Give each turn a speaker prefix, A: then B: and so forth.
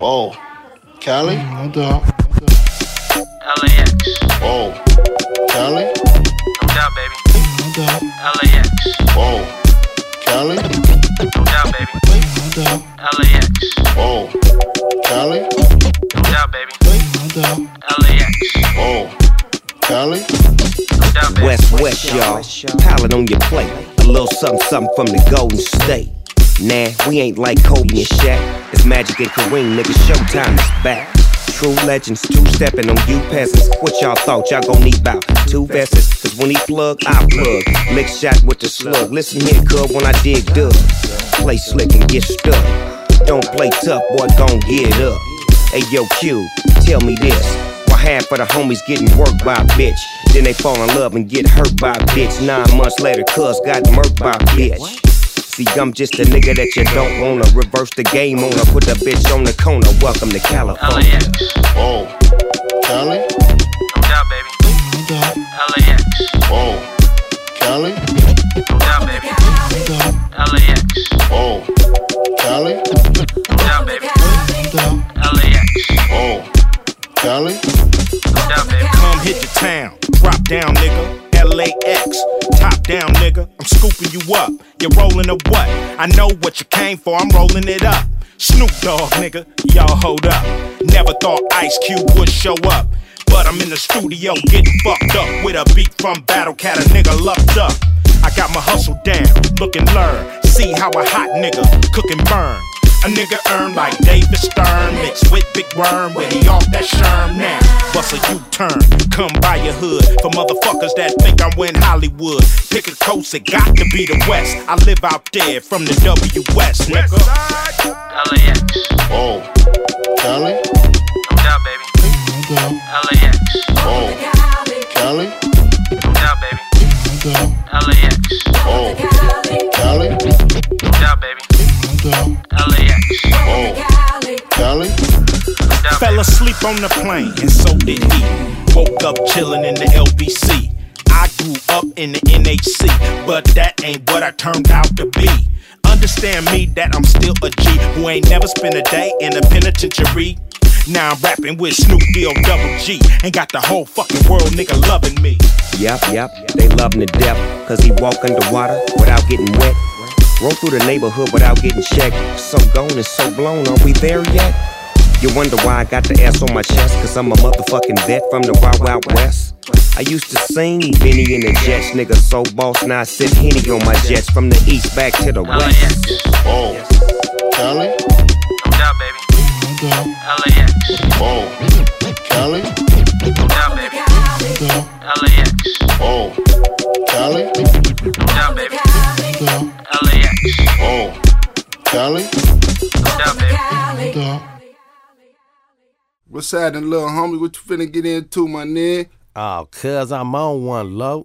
A: Whoa. Cali?
B: Mm, No doubt.
C: LAX.
A: Whoa. Cali?
C: No doubt, baby.
B: No doubt.
C: LAX.
A: Whoa. Cali?
C: No doubt, baby.
B: No doubt.
C: LAX.
A: Whoa. Cali?
C: No doubt, baby.
B: No doubt.
C: LAX.
A: Whoa. Cali?
C: No doubt, baby.
D: West, West, y'all. Palette on your plate. A little something, something from the Golden State. Nah, we ain't like Kobe and Shaq. It's Magic and Kareem, nigga. Showtime is back. True legends, two stepping on you peasants. What y'all thought y'all gon' need about two vessels? Cause when he plug, I plug. Lick shot with the slug. Listen here, cub, when I dig dug. Play slick and get stuck. Don't play tough, boy, gon' get up. Hey, yo, Q, tell me this. Why half of the homies getting worked by a bitch? Then they fall in love and get hurt by a bitch. Nine months later, cuz got murked by a bitch. See, I'm just a nigga that you don't wanna reverse the game on her. Put the bitch on the corner. Welcome to California.
C: LAX.
A: Whoa. Cali?
C: No doubt, baby.
B: No doubt.
C: LAX.
A: Whoa. Cali?
C: No doubt, baby. LAX.
A: Whoa. Cali?
C: No doubt, baby.
B: No doubt.
C: LAX.
A: Whoa. Cali?
C: No doubt, baby.
E: Come hit the town. Drop down, nigga. LAX. Top down, nigga. I'm scooping you up. You're rolling a what? I know what you came for. I'm rolling it up. Snoop Dogg, nigga. Y'all hold up. Never thought Ice Cube would show up. But I'm in the studio getting fucked up with a beat from Battle Cat, a nigga lucked up. I got my hustle down, look and learn. See how a hot nigga cook and burn. A nigga earn like David Stern, mixed with Big Worm, when he off that sherm now. Bust a U-turn, come by your hood for motherfuckers that think I'm in Hollywood. Pick a coast, it got to be the West. I live out there from the WS, nigga.
C: LAX.
A: Whoa. Cali?
C: No doubt, baby.
B: No doubt.
C: LAX.
A: Whoa. Cali?
C: No doubt, baby.
B: No doubt.
C: LAX.
A: Whoa. Cali?
C: No doubt, baby.
B: No doubt.
C: LAX.
A: Whoa. Cali?
C: No doubt,
E: Fell
C: baby.
E: asleep on the plane, and so did he. Woke up chillin' in the LBC. I grew up in the NHC, but that ain't what I turned out to be. Understand me that I'm still a G who ain't never spent a day in a penitentiary. Now I'm rapping with Snoop Deal Double G, and got the whole fucking world nigga loving me.
D: Yep, yep, they loving to death. Cause he walk underwater without getting wet. Roll through the neighborhood without getting checked. So gone and so blown, are we there yet? You wonder why I got the ass on my chest. Cause I'm a motherfucking vet from the Wild Wild West. I used to sing Benny and the Jets, nigga, so boss. Now I sit Henny on my jets from the east back to the
C: LAX.
D: west.
A: Whoa. Cali?
C: No doubt, baby.
B: No doubt.
C: LAX.
A: Whoa. Cali?
C: No doubt, baby.
B: No doubt.
C: LAX.
A: Whoa. Cali?
C: No doubt, baby.
B: No doubt.
C: LAX.
A: Whoa. Cali?
C: No doubt, baby.
B: No doubt.
F: What's happening, little homie? What you finna get into, my nigga?
G: Oh, cuz I'm on one, low.